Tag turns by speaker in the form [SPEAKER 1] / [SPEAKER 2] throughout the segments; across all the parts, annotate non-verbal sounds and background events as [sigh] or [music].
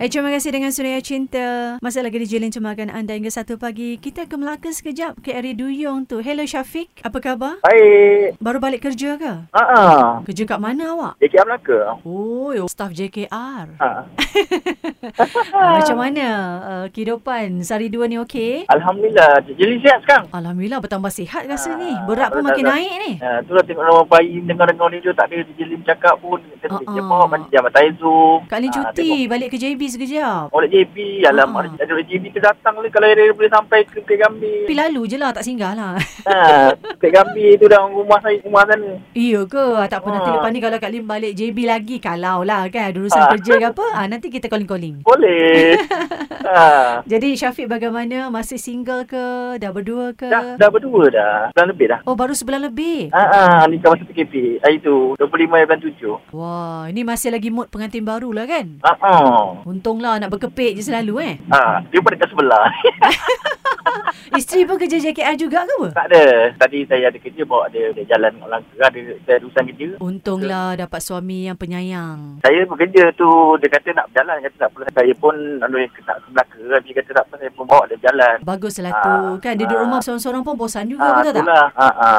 [SPEAKER 1] Eh, terima kasih dengan Surya Cinta. Masih lagi di Jilin Cemakan Anda hingga 1 pagi. Kita ke Melaka sekejap ke area Duyung tu. Hello Syafiq, apa khabar?
[SPEAKER 2] Baik. Ah,
[SPEAKER 1] Baru balik kerja ke?
[SPEAKER 2] Haa.
[SPEAKER 1] Kerja kat mana awak?
[SPEAKER 2] JKR Melaka.
[SPEAKER 1] Oh, staff JKR.
[SPEAKER 2] Ha.
[SPEAKER 1] Ah, macam mana uh, kehidupan sehari dua ni okey?
[SPEAKER 2] Alhamdulillah. Jadi sihat sekarang.
[SPEAKER 1] Alhamdulillah bertambah sihat rasa
[SPEAKER 2] Ah,
[SPEAKER 1] ni. Berat pun makin
[SPEAKER 2] berat.
[SPEAKER 1] naik ni.
[SPEAKER 2] Ha, tu lah tengok orang bayi dengar-dengar radio tak ada DJ Lim cakap pun. Kita
[SPEAKER 1] Ha,
[SPEAKER 2] uh-uh.
[SPEAKER 1] ha.
[SPEAKER 2] jemput macam jam atai Zoom.
[SPEAKER 1] Kak
[SPEAKER 2] Ah,
[SPEAKER 1] Lin cuti balik ke JB sekejap.
[SPEAKER 2] Oleh JB, alamak.
[SPEAKER 1] Ha.
[SPEAKER 2] Uh-huh. Ada JB tu datang lah kalau dia boleh sampai ke Bukit Gambir.
[SPEAKER 1] Tapi lalu je lah tak singgah lah. [laughs]
[SPEAKER 2] Ha, Bukit Gambir tu dah rumah saya, rumah sana.
[SPEAKER 1] iya ke? Tak pernah
[SPEAKER 2] Ah.
[SPEAKER 1] nanti lepas ni kalau Kak Lin balik JB lagi. Kalau lah kan ada urusan
[SPEAKER 2] Ah.
[SPEAKER 1] kerja ke apa. Ah, nanti kita calling-calling.
[SPEAKER 2] Boleh. ha.
[SPEAKER 1] Jadi Syafiq bagaimana? Masih single ke? Dah berdua ke?
[SPEAKER 2] Dah, dah berdua dah. Bulan lebih dah.
[SPEAKER 1] Oh baru sebulan lebih.
[SPEAKER 2] Ha, ha, ni kawasan PKP. Hari tu, 25 bulan 7.
[SPEAKER 1] Wah, ini masih lagi mood pengantin baru lah kan?
[SPEAKER 2] Ha, ha.
[SPEAKER 1] Untunglah nak berkepit je selalu eh.
[SPEAKER 2] Ha, dia pun dekat sebelah.
[SPEAKER 1] Isteri pun kerja JKR juga ke apa?
[SPEAKER 2] Tak ada. Tadi saya ada kerja bawa dia, dia jalan kat Melaka. Ada, saya ada urusan kerja.
[SPEAKER 1] Untunglah dapat suami yang penyayang.
[SPEAKER 2] Saya bekerja tu, dia kata nak berjalan. Dia kata tak perlu. Saya pun lalu dia nak ke Melaka. Habis dia kata tak perlu. Saya pun bawa dia berjalan.
[SPEAKER 1] Baguslah tu.
[SPEAKER 2] Ah,
[SPEAKER 1] Kan dia duduk
[SPEAKER 2] ah.
[SPEAKER 1] rumah seorang-seorang pun bosan juga
[SPEAKER 2] Ah,
[SPEAKER 1] betul tak?
[SPEAKER 2] itulah. Ha, ha.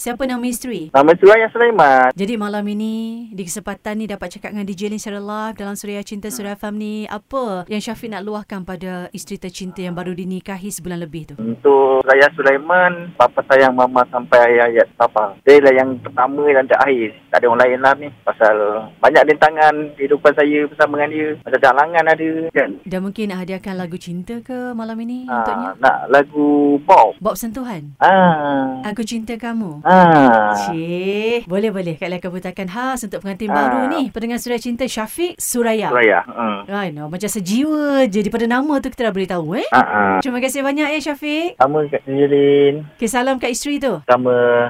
[SPEAKER 1] Siapa nama isteri?
[SPEAKER 2] Nama Suraya Sulaiman.
[SPEAKER 1] Jadi malam ini di kesempatan ni dapat cakap dengan DJ Lin secara live dalam Suria Cinta Suria Fam ni apa yang Syafiq nak luahkan pada isteri tercinta yang baru dinikahi sebulan lebih tu?
[SPEAKER 2] Untuk Suraya Sulaiman, Papa sayang Mama sampai ayat-ayat Papa. Saya lah yang pertama dan terakhir. Tak ada orang lain lah ni. Pasal banyak rintangan kehidupan saya bersama dengan dia. Macam halangan ada kan.
[SPEAKER 1] Dan mungkin nak hadiahkan lagu cinta ke malam ini untuknya?
[SPEAKER 2] Ha, nak lagu Bob.
[SPEAKER 1] Bob Sentuhan.
[SPEAKER 2] Ah.
[SPEAKER 1] Aku cinta kamu.
[SPEAKER 2] Ah.
[SPEAKER 1] Cih, boleh-boleh Kak Lai perbuatan khas untuk pengantin
[SPEAKER 2] Ah.
[SPEAKER 1] baru ni. Pendengar Suria Cinta Syafiq Suraya.
[SPEAKER 2] Suraya. Hmm.
[SPEAKER 1] Right, no. macam sejiwa je daripada nama tu kita dah beritahu eh.
[SPEAKER 2] Ah. ah.
[SPEAKER 1] Terima kasih banyak ya Syafiq.
[SPEAKER 2] Sama kat Jelin.
[SPEAKER 1] Okay, salam kat isteri tu.
[SPEAKER 2] Sama